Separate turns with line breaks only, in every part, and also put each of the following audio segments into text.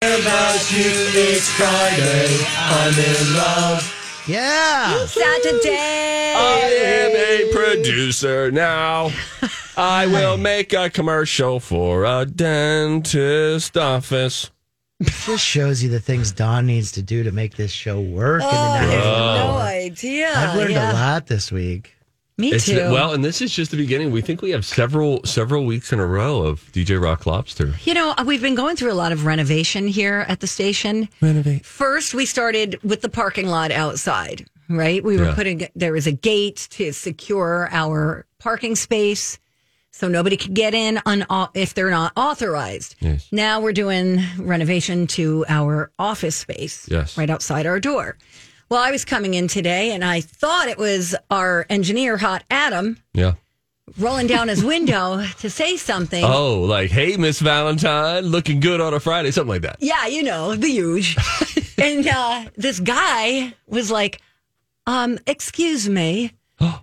about you. It's Friday. I'm in love.
Yeah.
Saturday.
I am a producer now. I will make a commercial for a dentist office.
Just shows you the things Dawn needs to do to make this show work.
Oh, I
in the
have
next
no idea.
I've learned a
yeah.
lot this week.
Me
It's,
too.
well, and this is just the beginning. We think we have several several weeks in a row of DJ Rock Lobster.
you know, we've been going through a lot of renovation here at the station.
Renovate.
First, we started with the parking lot outside, right? We were
Yeah.
putting, there was a gate to secure our parking space so nobody could get in un- if they're not authorized.
Yes.
Now we're doing renovation to our office space
Yes.
right outside our door. Well, I was coming in today and I thought it was our engineer, Hot Adam,
Yeah.
rolling down his window to say something.
Oh, like hey, Miss Valentine, looking good on a Friday, something like that.
Yeah, you know, the huge. and uh, this guy was like, um, excuse me.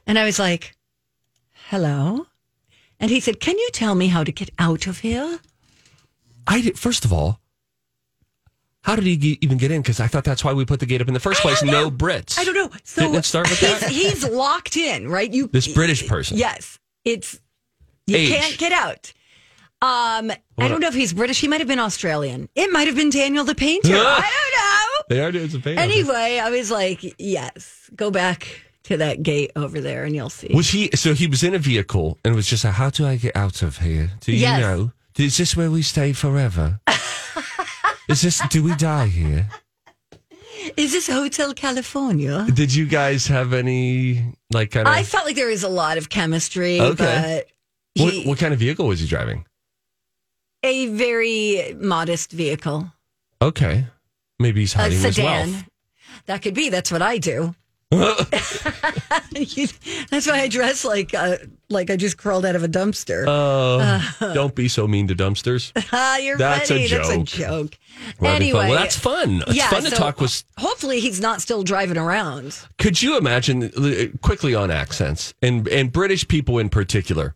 and I was like, hello. And he said, can you tell me how to get out of here?
I did, first of all, how did he ge- even get in? Because I thought that's why we put the gate up in the first
I
place.
don't
No
know.
Brits.
I don't know. So
Didn't it start with that?
He's, he's locked in, right? You
This British person.
Yes. It's you
Age.
can't get out. Um, I
What?
don't know if he's British. He might have been Australian. It might have been Daniel the Painter. I don't know.
They are doing some pain.
Anyway, I was like, yes, go back to that gate over there and you'll see.
Was he? So he was in a vehicle and was just like, "How do I get out of here? Do you
Yes.
know? Is this where we stay forever? Is this? Do we die here?
Is this Hotel California?
Did you guys have any like kind of?
I felt like there was a lot of chemistry,
Okay.
but
what,
he,
what kind of vehicle was he driving?
a very modest vehicle,
Okay, maybe he's
a
hiding his
sedan.
wealth.
That could be. That's what I do. You- that's why I dress like uh, like I just crawled out of a dumpster.
Oh, don't be so mean to dumpsters.
Ah, you're
that's a
funny. That's a
joke.
joke.
That'd be fun.
Anyway,
well, that's fun. It's fun to
so
talk with
Hopefully, he's not still driving around.
Could you imagine uh, quickly on accents and and British people in particular?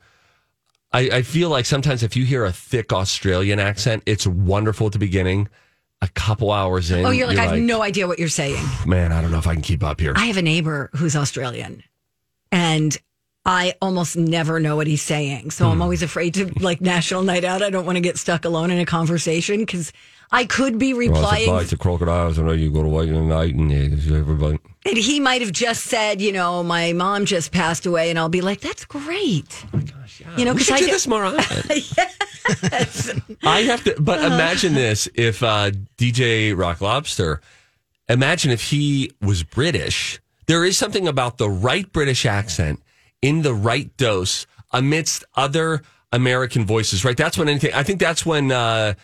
I, I feel like sometimes if you hear a thick Australian accent, it's wonderful at the beginning. A couple hours in,
Oh, you're like, I have no idea what you're saying.
man. I don't know if I can keep up here.
I have a neighbor who's Australian, and I almost never know what he's saying. So
Hmm.
I'm always afraid to like national night out. I don't want to get stuck alone in a conversation because I could be replying,
the crocodiles. I know you go to wait night and everybody.
and he might have just said, you know, my mom just passed away, and I'll be like, that's great.
Oh
You know,
We
because
should
I
do
do-
this more often. I have to, but imagine this: if uh, DJ Rock Lobster, imagine if he was British. There is something about the right British accent in the right dose amidst other American voices. Right? That's when anything. I think that's when. Uh,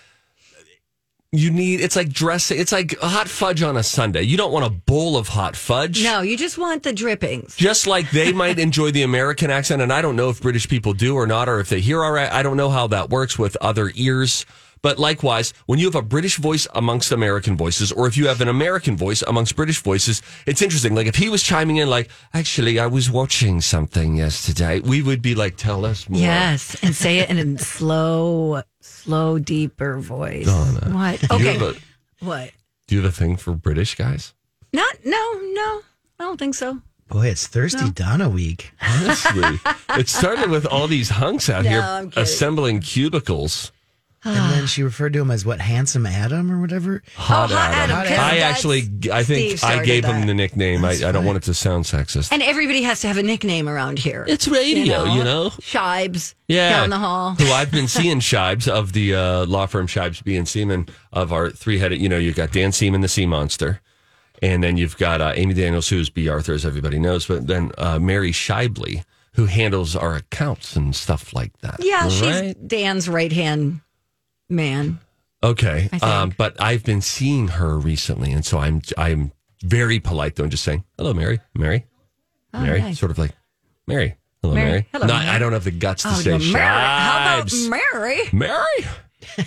you need it's like dressing it's like hot fudge on a sunday you don't want a bowl of hot fudge
no, you just want the drippings.
just like they might enjoy the American accent, and I don't know if British people do or not, or if they hear all right. I don't know how that works with other ears. But likewise, when you have a British voice amongst American voices, or if you have an American voice amongst British voices, it's interesting. Like if he was chiming in, like, actually, I was watching something yesterday, we would be like, tell us more.
Yes, and say it in a slow, slow, deeper voice. What?
Do Oh, you,
Okay.
have a,
what?
do you have a thing for British guys?
Not? No, no. I don't think so.
Boy, it's Thirsty Donna week.
Honestly, it started with all these hunks out
No,
here
I'm kidding.
assembling cubicles.
and then she referred to him as what handsome Adam or whatever.
Oh, Hot Adam.
Hot
'cause
Adam.
I
that's-
actually, I think
Steve
I
started
gave him
that.
the nickname. I,
That's
I don't
fine.
want it to sound sexist.
And everybody has to have a nickname around here.
It's radio, you know?
Shibes.
Yeah.
Down the hall.
Who I've been seeing Shibes of the uh, law firm Shibes B and Seaman of our three headed, you know, you've got Dan Seaman, the Sea Monster. And then you've got uh, Amy Daniels, who's B. Arthur, as everybody knows. But then uh, Mary Shibley, who handles our accounts and stuff like that.
Yeah, she's
Right?
Dan's right hand man.
Okay.
I
Um,
think.
but I've been seeing her recently. And so I'm, I'm very polite, though, and just saying, hello, Mary. Mary.
Oh,
Mary.
nice.
Sort of like, Mary. Hello, Mary.
Mary. Hello,
Not-
Mary.
I don't have the guts to
Oh,
say
you're Mary. How about
Shibes.
Mary?
Mary?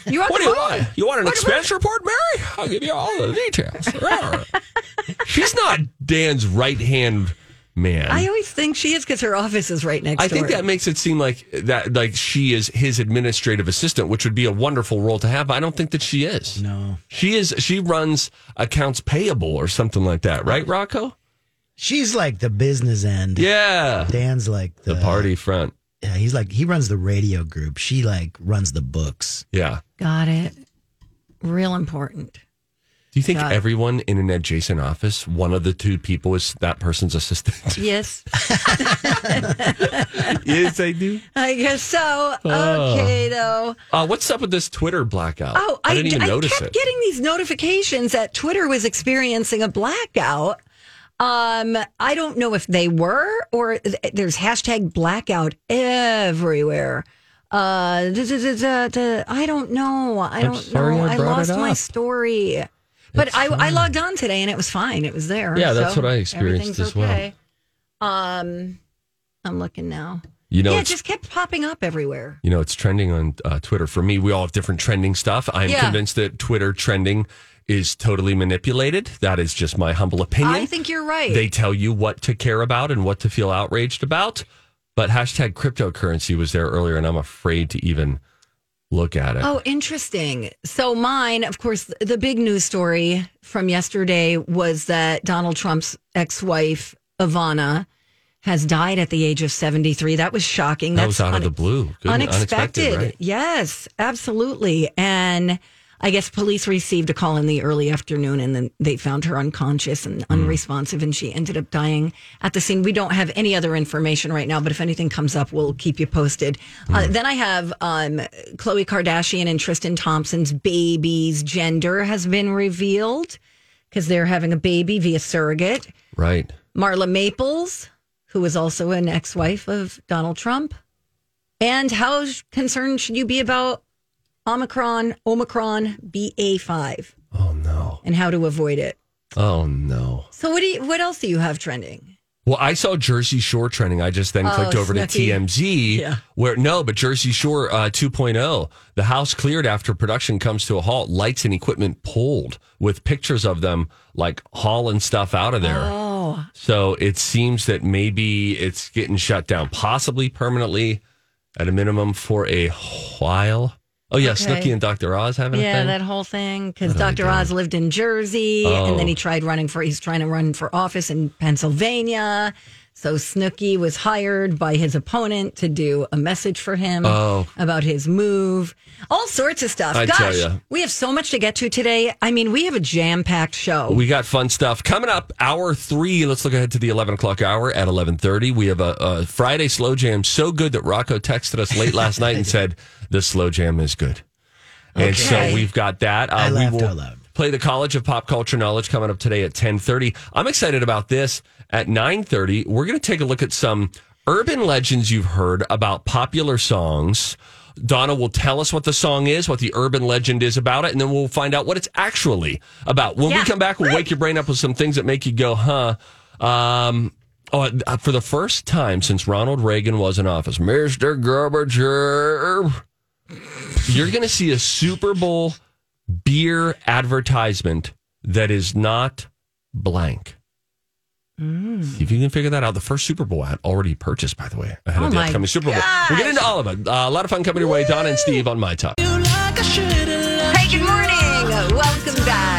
You want
What do
the
you
phone?
want? You want an
What do you
expense report, Mary? I'll give you all the details. She's not Dan's right hand man.
I
I,
always think she is because her office is right next door.
think that makes it seem like that like she is his administrative assistant, which would be a wonderful role to have. I don't think that she is.
No,
She is she runs accounts payable or something like that, right, Rocco?
she's like the business end.
Yeah.
Dan's like the,
The party front.
Yeah, he's like he runs the radio group. She like runs the books.
Yeah.
Got it. Real important.
Do you think
Got it.
everyone in an adjacent office, one of the two people is that person's assistant?
Yes,
yes, I do.
I guess so.
Oh.
Okay, though.
Uh, what's up with this Twitter blackout?
Oh, I,
I didn't even
I
notice
kept
it.
getting these notifications that Twitter was experiencing a blackout. Um, I don't know if they were or th- there's hashtag blackout everywhere. Uh, da- da- da- da- da- I don't know. I
I'm
don't
sorry
know.
I
I,
brought
lost
it
my
up.
story, but I, I logged on today and it was fine. It was there.
Yeah, that's
so
what I experienced
everything's
as well.
okay. Um, I'm looking now.
you know,
yeah, it
it's,
just kept popping up everywhere.
you know, it's trending on uh, Twitter. For me, we all have different trending stuff. I'm
Yeah.
convinced that Twitter trending is totally manipulated. That is just my humble opinion.
I think you're right.
they tell you what to care about and what to feel outraged about. But hashtag cryptocurrency was there earlier, and I'm afraid to even look at it.
Oh, interesting. So mine, of course, th- the big news story from yesterday was that Donald Trump's ex-wife Ivana has died at the age of 73. That was shocking.
that was
That's
out of
un-
the blue. Good-
unexpected.
right?
Yes, absolutely. And I guess police received a call in the early afternoon and then they found her unconscious and
Hmm.
unresponsive and she ended up dying at the scene. We don't have any other information right now, but if anything comes up, we'll keep you posted. Uh,
Hmm.
then I have um, Khloe Kardashian and Tristan Thompson's baby's gender has been revealed because they're having a baby via surrogate.
Right.
Marla Maples, who is also an ex wife of Donald Trump. And how sh- concerned should you be about Omicron, Omicron BA5
Oh no.
and how to avoid it?
Oh no.
So, what, do you, what else do you have trending?
Well, I saw Jersey Shore trending. I just then clicked over
Snooki.
to TMZ,
Oh, Yeah.
where no, but Jersey Shore uh, 2.0. The house cleared after production comes to a halt. Lights and equipment pulled with pictures of them like hauling stuff out of there.
Oh,
So it seems that maybe it's getting shut down, possibly permanently, at a minimum for a while. Oh yeah,
Okay.
Snooki and Dr. Oz having a
yeah,
thing.
that whole thing. Because
What are they
Dr. Oz lived in Jersey and
Oh.
then he tried running for, he's trying to run for office in Pennsylvania. So, Snooki was hired by his opponent to do a message for him.
oh,
about his move, all sorts of stuff.
I
Gosh,
tell ya.
we have so much to get to today. I mean, we have a jam packed show.
We got fun stuff coming up. Hour three. Let's look ahead to the eleven o'clock hour at eleven thirty. We have a, a Friday slow jam so good that Rocco texted us late last night and said the slow jam is good. And so
Okay.
we've got that. Uh,
I
we
laughed
will
out loud.
Play the College of Pop Culture Knowledge coming up today at ten thirty. I'm excited about this. At nine thirty, we're going to take a look at some urban legends you've heard about popular songs. Donna will tell us what the song is, what the urban legend is about it, and then we'll find out what it's actually about. When we
Yeah.
come back, we'll wake your brain up with some things that make you go, huh? Um, oh, uh, for the first time since Ronald Reagan was in office, Mr. Gorbachev, you're going to see a Super Bowl beer advertisement that is not blank.
Mm.
See if you can figure that out. The first Super Bowl ad already purchased, by the way, ahead
Oh
of the
my
upcoming Super Bowl. We're getting into all of it. Uh, a lot of fun coming your way. Donna and Steve on My Talk.
Hey, good morning. Welcome back.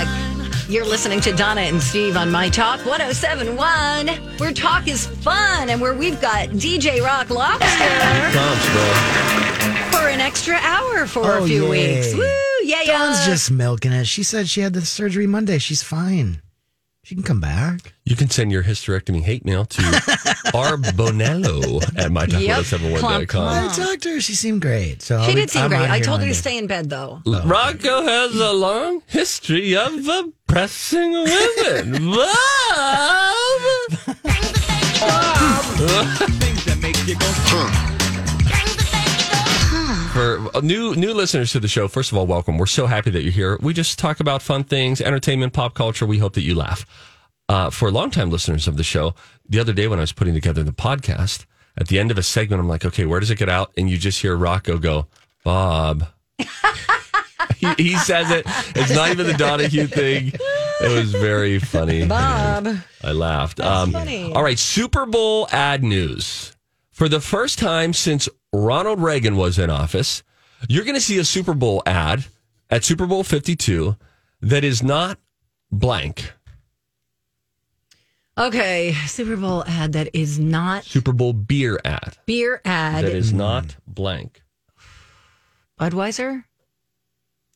You're listening to Donna and Steve on My Talk 1071, where talk is fun and where we've got DJ Rock Lobster
Thumbs, bro.
for an extra hour for a
Oh,
few
yay.
weeks. Woo! Yeah, yeah.
Dawn's just milking it. She said she had the surgery Monday. She's fine. She can come back.
You can send your hysterectomy hate mail to arbonello at mytalk1071.com.
Clomp,
I talked to her. She seemed great. So
she
I'll be-
did seem
I'm
great.
outta
I
here
told her to
Monday.
stay in bed though.
Rocco has a long history of oppressing women. Love! For uh, new new listeners to the show, first of all, welcome. We're so happy that you're here. We just talk about fun things, entertainment, pop culture. We hope that you laugh. Uh, for longtime listeners of the show, the other day when I was putting together the podcast, at the end of a segment, I'm like, okay, where does it get out? And you just hear Rocco go, Bob. he, he says it. It's not even the Donahue thing. It was very funny.
Bob.
I laughed. um,
funny.
All right, Super Bowl ad news. For the first time since Ronald Reagan was in office, you're going to see a Super Bowl ad at Super Bowl 52 that is not blank.
Okay, Super Bowl ad that is not
Super Bowl beer ad
beer ad.
that is not blank.
Budweiser.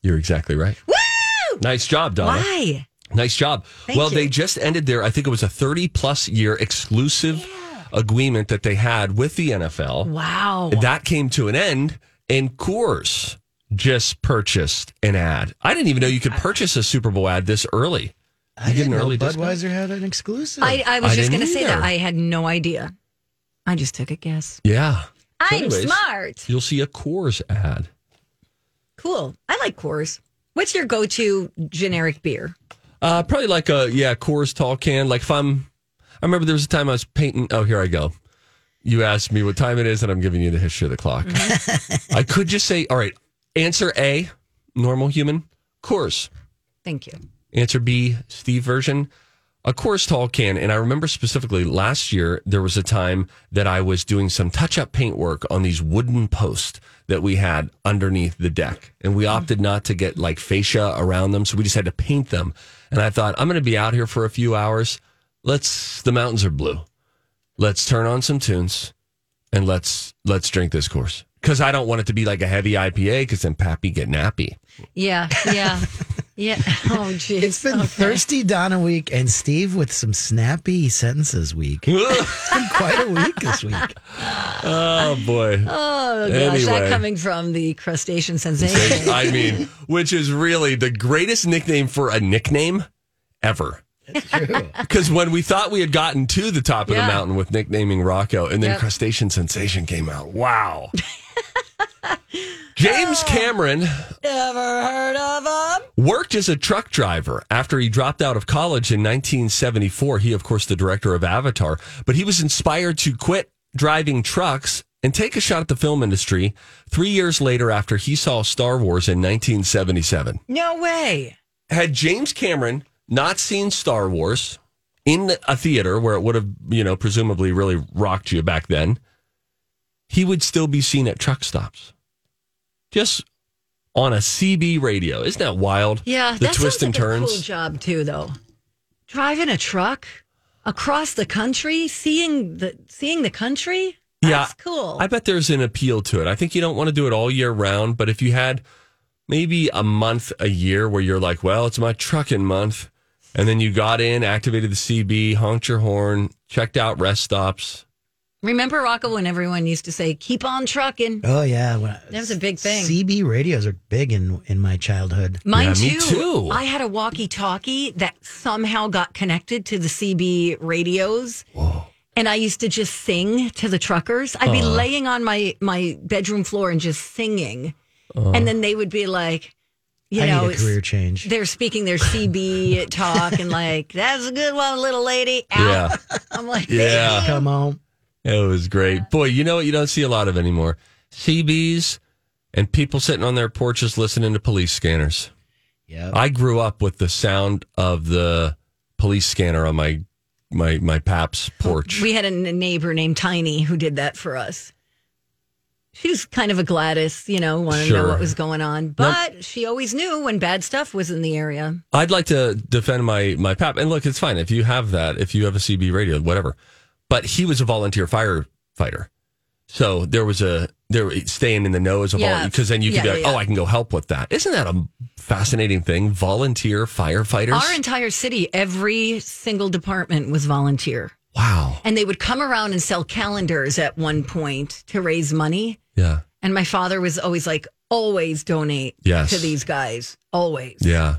You're exactly right.
Woo!
Nice job, Donna.
Why?
Nice job.
Thank
well,
you.
they just ended their, I think it was a 30 plus year exclusive agreement that they had with the NFL.
Wow.
That came to an end, and Coors just purchased an ad. I didn't even know you could purchase a Super Bowl ad this early.
I didn't
an
know
early discount?
Budweiser had an exclusive.
I, I was
I didn't
just going to say that.
either.
I had no idea. I just took a guess.
Yeah. So
I'm
anyways,
smart.
You'll see a Coors ad.
Cool. I like Coors. What's your go to generic beer?
Uh, probably like a yeah Coors tall can. Like if I'm, I remember there was a time I was painting. Oh, here I go. You asked me what time it is, and I'm giving you the history of the clock. I could just say, all right, answer A, normal human, Coors.
Thank you.
Answer B, Steve version. A course tall can. And I remember specifically last year, there was a time that I was doing some touch up paint work on these wooden posts that we had underneath the deck. And we opted not to get like fascia around them. So we just had to paint them. And I thought, I'm going to be out here for a few hours. Let's, the mountains are blue. Let's turn on some tunes and let's, let's drink this course. Cause I don't want it to be like a heavy IPA because then Pappy get nappy.
Yeah. Yeah. yeah. Oh, jeez.
it's been Thirsty Donna week and Steve with some snappy sentences week.
Hmm.
it's been quite a week this week.
Oh boy.
Oh, gosh.
Anyway.
That coming from the crustacean sensation.
I mean, which is really the greatest nickname for a nickname ever.
True.
Because when we thought we had gotten to the top of
Yeah.
the mountain with nicknaming Rocco, and then
Yep.
Crustacean Sensation came out. Wow. James
Oh.
Cameron
Never heard of them.
worked as a truck driver after he dropped out of college in 1974. He, of course, the director of Avatar, but he was inspired to quit driving trucks and take a shot at the film industry three years later after he saw Star Wars in 1977
No way.
had James Cameron not seen Star Wars in a theater where it would have, you know, presumably really rocked you back then, he would still be seen at truck stops. Just on a CB radio. Isn't that wild?
Yeah.
The
that
twists
sounds
and
like a
turns.
cool job, too, though. Driving a truck across the country, seeing the seeing the country. That's cool.
I bet there's an appeal to it. I think you don't want to do it all year round, but if you had maybe a month a year where you're like, well, it's my trucking month, and then you got in, activated the CB, honked your horn, checked out rest stops.
Remember, Rocco, when everyone used to say, keep on trucking?
Oh yeah, when I-
That was a big thing.
CB radios are big in in my childhood.
Mind
Yeah, me
you,
too.
I had a walkie talkie that somehow got connected to the CB radios. And I used to just sing to the truckers. I'd
Uh-huh.
be laying on my, my bedroom floor and just singing.
Uh-huh.
and then they would be like, you
I
know,
need a
it's-
career change.
they're speaking their CB talk and like, that's a good one, little lady. Ow.
Yeah.
I'm like,
Yeah.
Come on.
It was great. Boy, you know what you don't see a lot of anymore? CBs and people sitting on their porches listening to police scanners.
Yeah.
I grew up with the sound of the police scanner on my my my pap's porch.
We had a n- neighbor named Tiny who did that for us. She was kind of a Gladys, you know, wanted to
Sure.
know what was going on, but she always knew when bad stuff was in the area.
I'd like to defend my my pap. And look, it's fine if you have that, if you have a CB radio, whatever. But he was a volunteer firefighter, so there was a they're staying in the nose of all
Yeah.
because then you can
Yeah,
be like,
yeah, yeah.
oh, I can go help with that. Isn't that a fascinating thing? Volunteer firefighters.
Our entire city, every single department was volunteer.
wow.
And they would come around and sell calendars at one point to raise money.
Yeah.
And my father was always like, always donate
Yes.
to these guys. Always.
Yeah.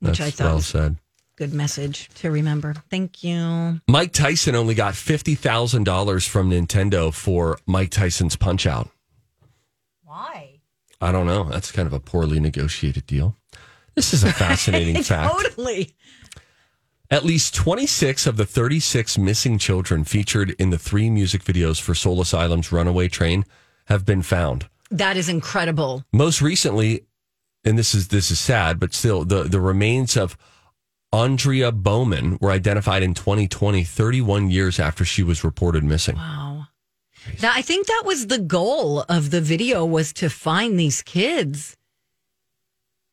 Which I
That's
thought
well
was-
said.
Good message to remember. Thank you.
Mike Tyson only got fifty thousand dollars from Nintendo for Mike Tyson's Punch Out.
Why?
I don't know. That's kind of a poorly negotiated deal. This is a fascinating fact.
Totally.
At least 26 of the 36 missing children featured in the three music videos for Soul Asylum's Runaway Train have been found.
That is incredible.
Most recently, and this is this is sad, but still the, the remains of Andrea Bowman were identified in 2020, 31 years after she was reported missing.
Wow. That, I think that was the goal of the video was to find these kids.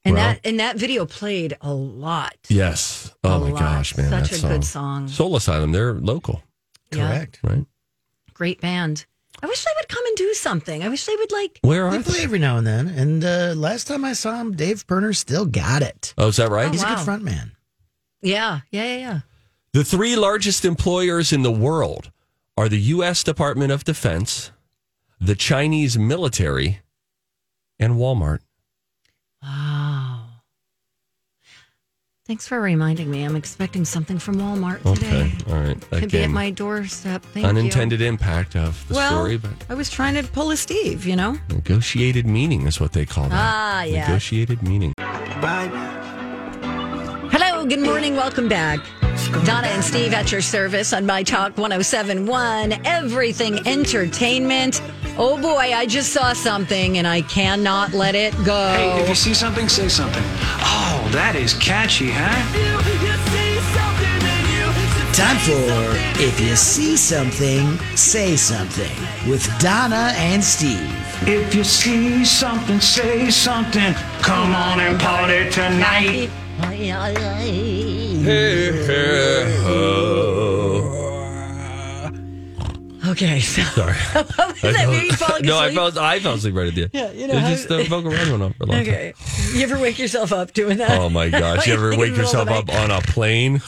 And
Well-
that and that video played a lot.
Yes. Oh
A
my
lot.
gosh, man.
Such
that
a good song.
Soul Asylum, they're local,
Yeah.
Correct.
right?
Great band. I wish they would come and do something. I wish they would like
Where are
They play
they?
every now and then. And uh, last time I saw him, Dave Berner still got it.
Oh, is that right?
He's a
wow.
good front man.
Yeah, yeah, yeah, yeah.
The three largest employers in the world are the U.S. Department of Defense, the Chinese military, and Walmart.
Wow. Thanks for reminding me. I'm expecting something from Walmart today.
Okay, all right. That
Could be at
game.
my doorstep. Thank
Unintended impact of the
you. Well,
story, but
I was trying to pull a Steve, you know?
negotiated meaning is what they call that.
Ah, yeah.
Negotiated meaning.
Hello, good morning, welcome back. Donna and Steve at your service on My Talk 1071, Everything Entertainment. Oh boy, I just saw something and I cannot let it go.
Hey, if you see something, say something. Oh, that is catchy, huh?
Time for If You See Something, Say Something with Donna and Steve.
If you see something, say something. Come on and party tonight.
Okay, so
Sorry.
was that me falling
no, I
asleep?
fell, I fell asleep right at the end. Yeah,
you know
It was
how-
just the vocal run went on for a long
Okay. You ever wake yourself up doing that?
time. Oh my gosh. You ever
In the
wake
middle of the
yourself up on
night.
a plane?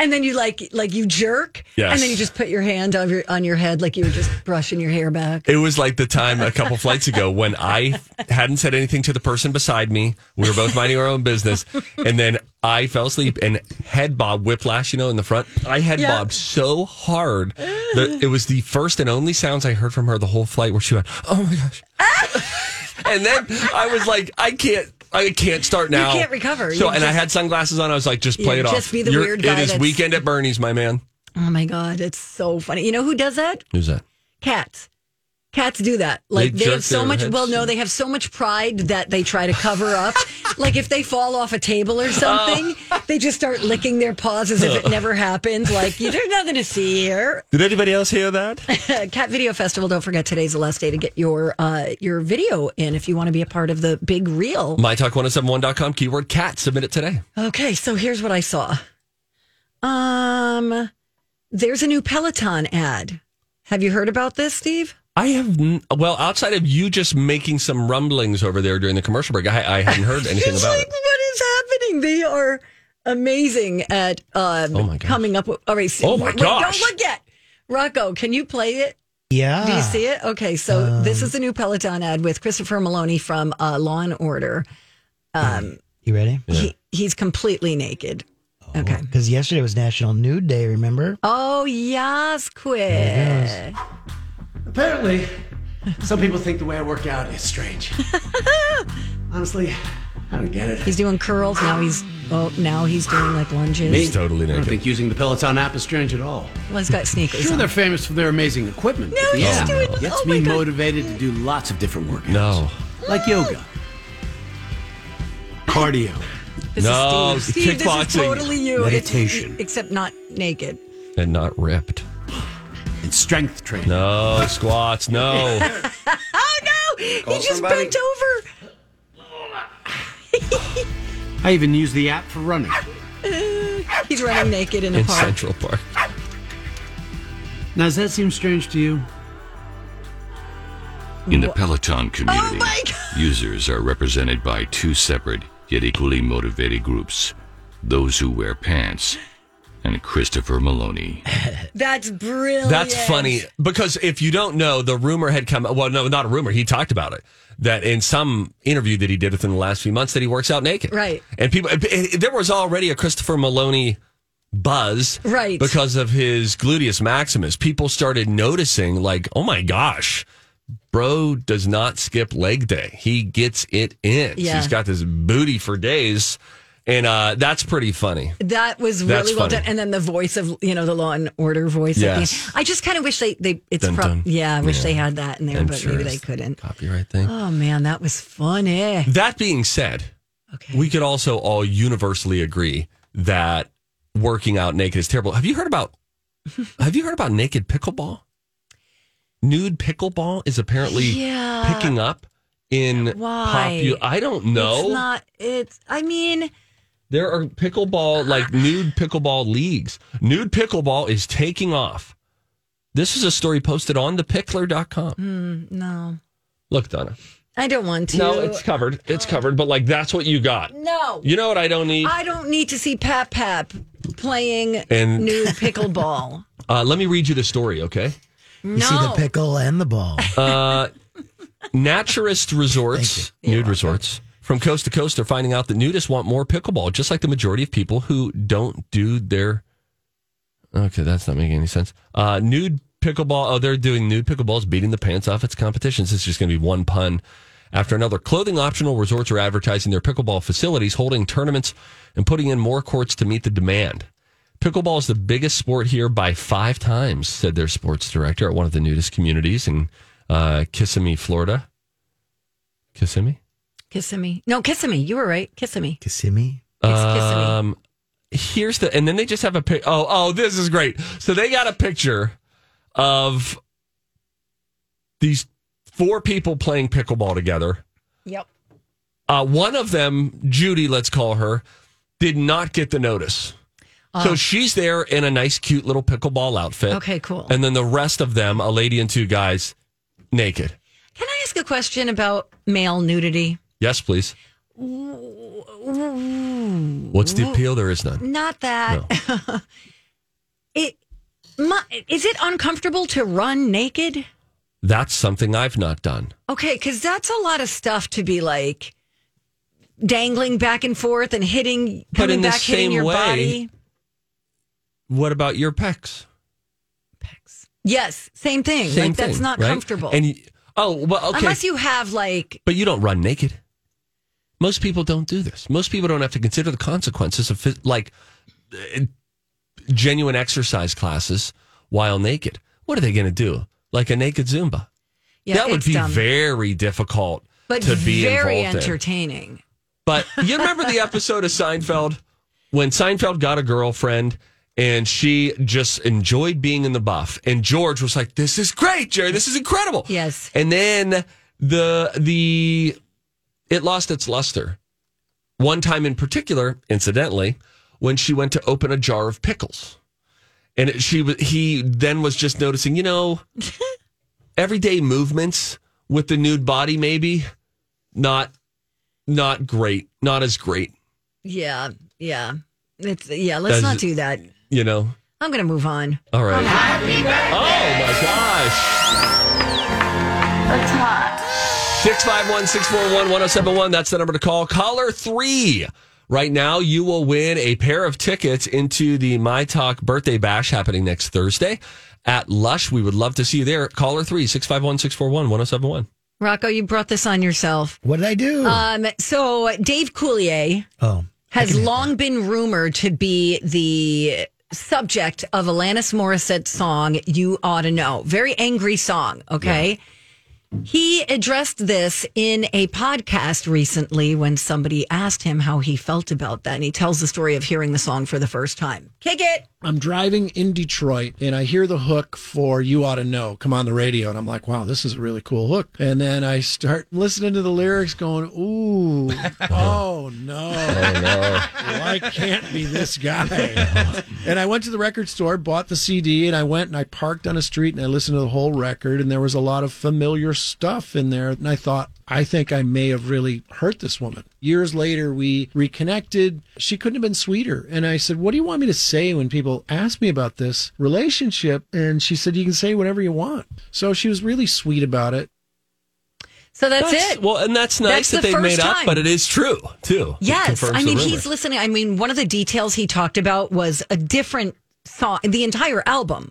And then you like like you jerk.
Yes.
And then you just put your hand on your on your head like you were just brushing your hair back.
It was like the time a couple flights ago when I hadn't said anything to the person beside me. We were both minding our own business, and then I fell asleep and head bob whiplash. You know, in the front, I head
Yeah.
bobbed so hard that it was the first and only sounds I heard from her the whole flight, where she went, "Oh my gosh," and then I was like, "I can't." I can't start now.
can't recover.
So,
You
and I
just-
had sunglasses on. I was like, just play
You
it off.
just be the weird guy
It is
that's-
weekend at Bernie's, my man.
Oh my god, it's so funny. You know who does that?
Who's that?
Cats. Cats do that. Like they,
jerk
have so
their
much
heads
well no,
and-
they have so much pride that they try to cover up. like if they fall off a table or something,
Oh.
they just start licking their paws as if it never happened. Like you there's nothing to see here.
Did anybody else hear that?
Uh, Cat Video Festival. Don't forget today's the last day to get your uh, your video in if you want to be a part of the big reel.
MyTalk1071.com, keyword cat, submit it today.
Okay, so here's what I saw. Um, there's a new Peloton ad. Have you heard about this, Steve?
I have n- well outside of you just making some rumblings over there during the commercial break. I, I hadn't heard anything
It's
about
like
it.
what is happening? They are amazing at um,
Oh my gosh.
coming up with. All right,
Oh my
wait,
gosh.
Don't look yet, Rocco. Can you play it?
Yeah.
Ah.
Do you see it? Okay, so
Um.
this is the new Peloton ad with Christopher Maloney from uh, Law and Order.
You ready?
He, he's completely naked.
Oh.
Okay.
Because yesterday was National Nude Day, remember?
Oh yes, quit.
Apparently, some people think the way I work out is strange. Honestly, I don't get it.
He's doing curls now. He's oh now he's doing like lunges.
He's totally
I don't
naked.
think using the Peloton app is strange at all.
Well, he's got sneakers.
Sure,
on.
they're famous for their amazing equipment.
No,
but the
he's
app
doing-
gets
oh my
me
God.
motivated to do lots of different workouts.
No.
Like yoga, cardio.
This
No,
is Steve. Steve, this is
kickboxing.
totally you. It's-
Meditation.
except not naked.
And not ripped.
And strength training.
No squats. No.
Oh no! he just bent over.
I even use the app for running.
He's running naked in a
in
park.
Central Park.
Now, does that seem strange to you?
In the Peloton community,
Oh my God.
users are represented by two separate yet equally motivated groups those who wear pants and Christopher Maloney.
That's brilliant.
That's funny because if you don't know, the rumor had come. Well, no, not a rumor. He talked about it that in some interview that he did within the last few months that he works out naked.
Right.
And people, and- and there was already a Christopher Maloney buzz.
Right.
Because of his gluteus maximus, people started noticing like, oh my gosh. Bro does not skip leg day. He gets it in.
Yeah.
He's got this booty for days. And uh, that's pretty funny.
That was
That's
really well
funny.
done. And then the voice of you know the Law and Order voice. at the end.
Yes.
I just kind of wish they they it's
Dun,
prob-
dun.
yeah. I wish
Yeah.
they had that in there,
I'm
but
sure
maybe
it's
they couldn't.
Copyright thing.
Oh man, that was funny.
That being said,
Okay.
we could also all universally agree that working out naked is terrible. Have you heard about Have you heard about naked pickleball? Nude pickleball is apparently
Yeah.
picking up in
Why?
popu- I don't know.
It's not. It's. I mean,
there are pickleball like nude pickleball leagues. Nude pickleball is taking off. This is a story posted on thepickler.com.
Hmm. no.
Look, Donna.
I don't want to.
No, it's covered. It's covered, but like that's what you got.
No.
You know what I don't need?
I don't need to see Pap Pap playing
And-
new pickleball.
Uh, let me read you the story, okay?
no. Uh,
You see the pickle and the ball.
naturist resorts, nude resorts from coast to coast are finding out that nudists want more pickleball, just like the majority of people who don't do their. Okay, that's not making any sense. Uh, nude pickleball. Oh, they're doing nude pickleballs, beating the pants off its competitions. It's just going to be one pun after another. Clothing optional resorts are advertising their pickleball facilities, holding tournaments, and putting in more courts to meet the demand. Pickleball is the biggest sport here by five times, said their sports director at one of the nudist communities in uh, Kissimmee, Florida. Kissimmee?
Kissimmee. No, Kissimmee. You were right. Kissimmee.
Kissimmee.
It's Kissimmee.
Um, here's the, and then they just have a pic. Oh, oh, this is great. So they got a picture of these four people playing pickleball together.
Yep.
Uh, one of them, Judy, let's call her, did not get the notice. so she's there in a nice, cute little pickleball outfit.
Uh. Okay, cool.
And then the rest of them, a lady and two guys, naked.
Can I ask a question about male nudity?
Yes, please. What's the appeal? There is none.
Not that. it. My, is it uncomfortable to run naked?
That's something I've not done.
Okay, because that's a lot of stuff to be like dangling back and forth and hitting,
But
coming
in the
back, hitting
same
your
way-
body.
What about your pecs?
Yes, same thing. like that's not
right?
comfortable.
And you, oh, well, okay.
Unless you have like
but you don't run naked. Most people don't do this. Most people don't have to consider the consequences of phys- like uh, genuine exercise classes while naked. What are they going to do? Like a naked Zumba?
yeah,
that would
it's
be
dumb.
very difficult
but
to be
very
involved in.
entertaining.
But you remember the episode of Seinfeld when Seinfeld got a girlfriend and she just enjoyed being in the buff and George was like this is great Jerry this is incredible.
Yes.
And then the the it lost its luster. One time in particular, incidentally, when she went to open a jar of pickles. And it, she was he then was just noticing, you know, everyday movements with the nude body maybe not not great, not as great,
Yeah, yeah. It's yeah. Let's
Does
not
it-
do that.
you know.
I'm gonna move on.
All right. oh my gosh. Six five one six four one one zero seven one. That's the number to call. Caller three. Right now, you will win a pair of tickets into the My Talk birthday bash happening next Thursday at Lush. We would love to see you there. Caller three six five one six four one one zero seven one.
Rocco, you brought this on yourself.
What did I do?
Um, so Dave Coulier
oh,
has long been rumored to be the subject of Alanis Morissette's song "You Ought to Know." Very angry song. Okay. He addressed this in a podcast recently when somebody asked him how he felt about that. And he tells the story of hearing the song for the first time. Kick it.
I'm driving in Detroit and I hear the hook for You Ought to Know come on the radio. And I'm like, wow, this is a really cool hook. And then I start listening to the lyrics going, ooh, oh no, well, I can't be this guy. and I went to the record store, bought the CD, and I went and I parked on a street and I listened to the whole record. And there was a lot of familiar stuff in there. And I thought, I think I may have really hurt this woman. Years later, we reconnected. She couldn't have been sweeter. And I said, What do you want me to say when people ask me about this relationship? And she said, You can say whatever you want. So she was really sweet about it.
So that's, it.
Well, and that's nice
That's
that
the
they've made
first
up,
time.
but it is true too. It
Yes,
confirms
I
the
mean
rumor.
he's listening. I mean, one of the details he talked about was a different song. The entire album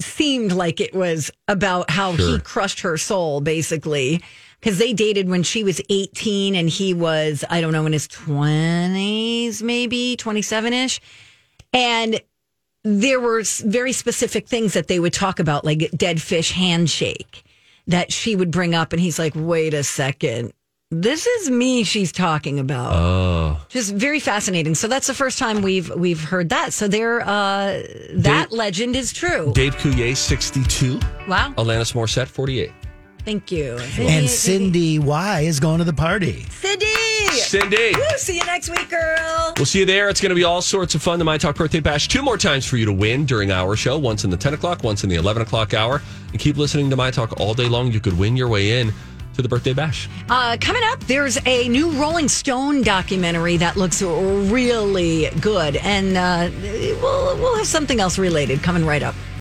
seemed like it was about how he
Sure.
crushed her soul, basically, because they dated when she was eighteen and he was, I don't know, in his twenties, maybe twenty-seven ish, and there were s- very specific things that they would talk about, like dead fish handshake that she would bring up. And he's like, wait a second. This is me she's talking about. Oh. Just very fascinating. So that's the first time we've we've heard that. So there uh that legend is true.
Dave Coulier, 62.
wow.
Alanis Morissette, 48.
Thank you.
And Cindy Y is going to the party.
Cindy.
Cindy.
Woo, see you next week, girl.
We'll see you there. It's going to be all sorts of fun. The My Talk Birthday Bash, two more times for you to win during our show, once in the 10 o'clock, once in the 11 o'clock hour. And keep listening to My Talk all day long. You could win your way in to the Birthday Bash.
Uh, coming up, there's a new Rolling Stone documentary that looks really good, and uh, we'll we'll have something else related coming right up.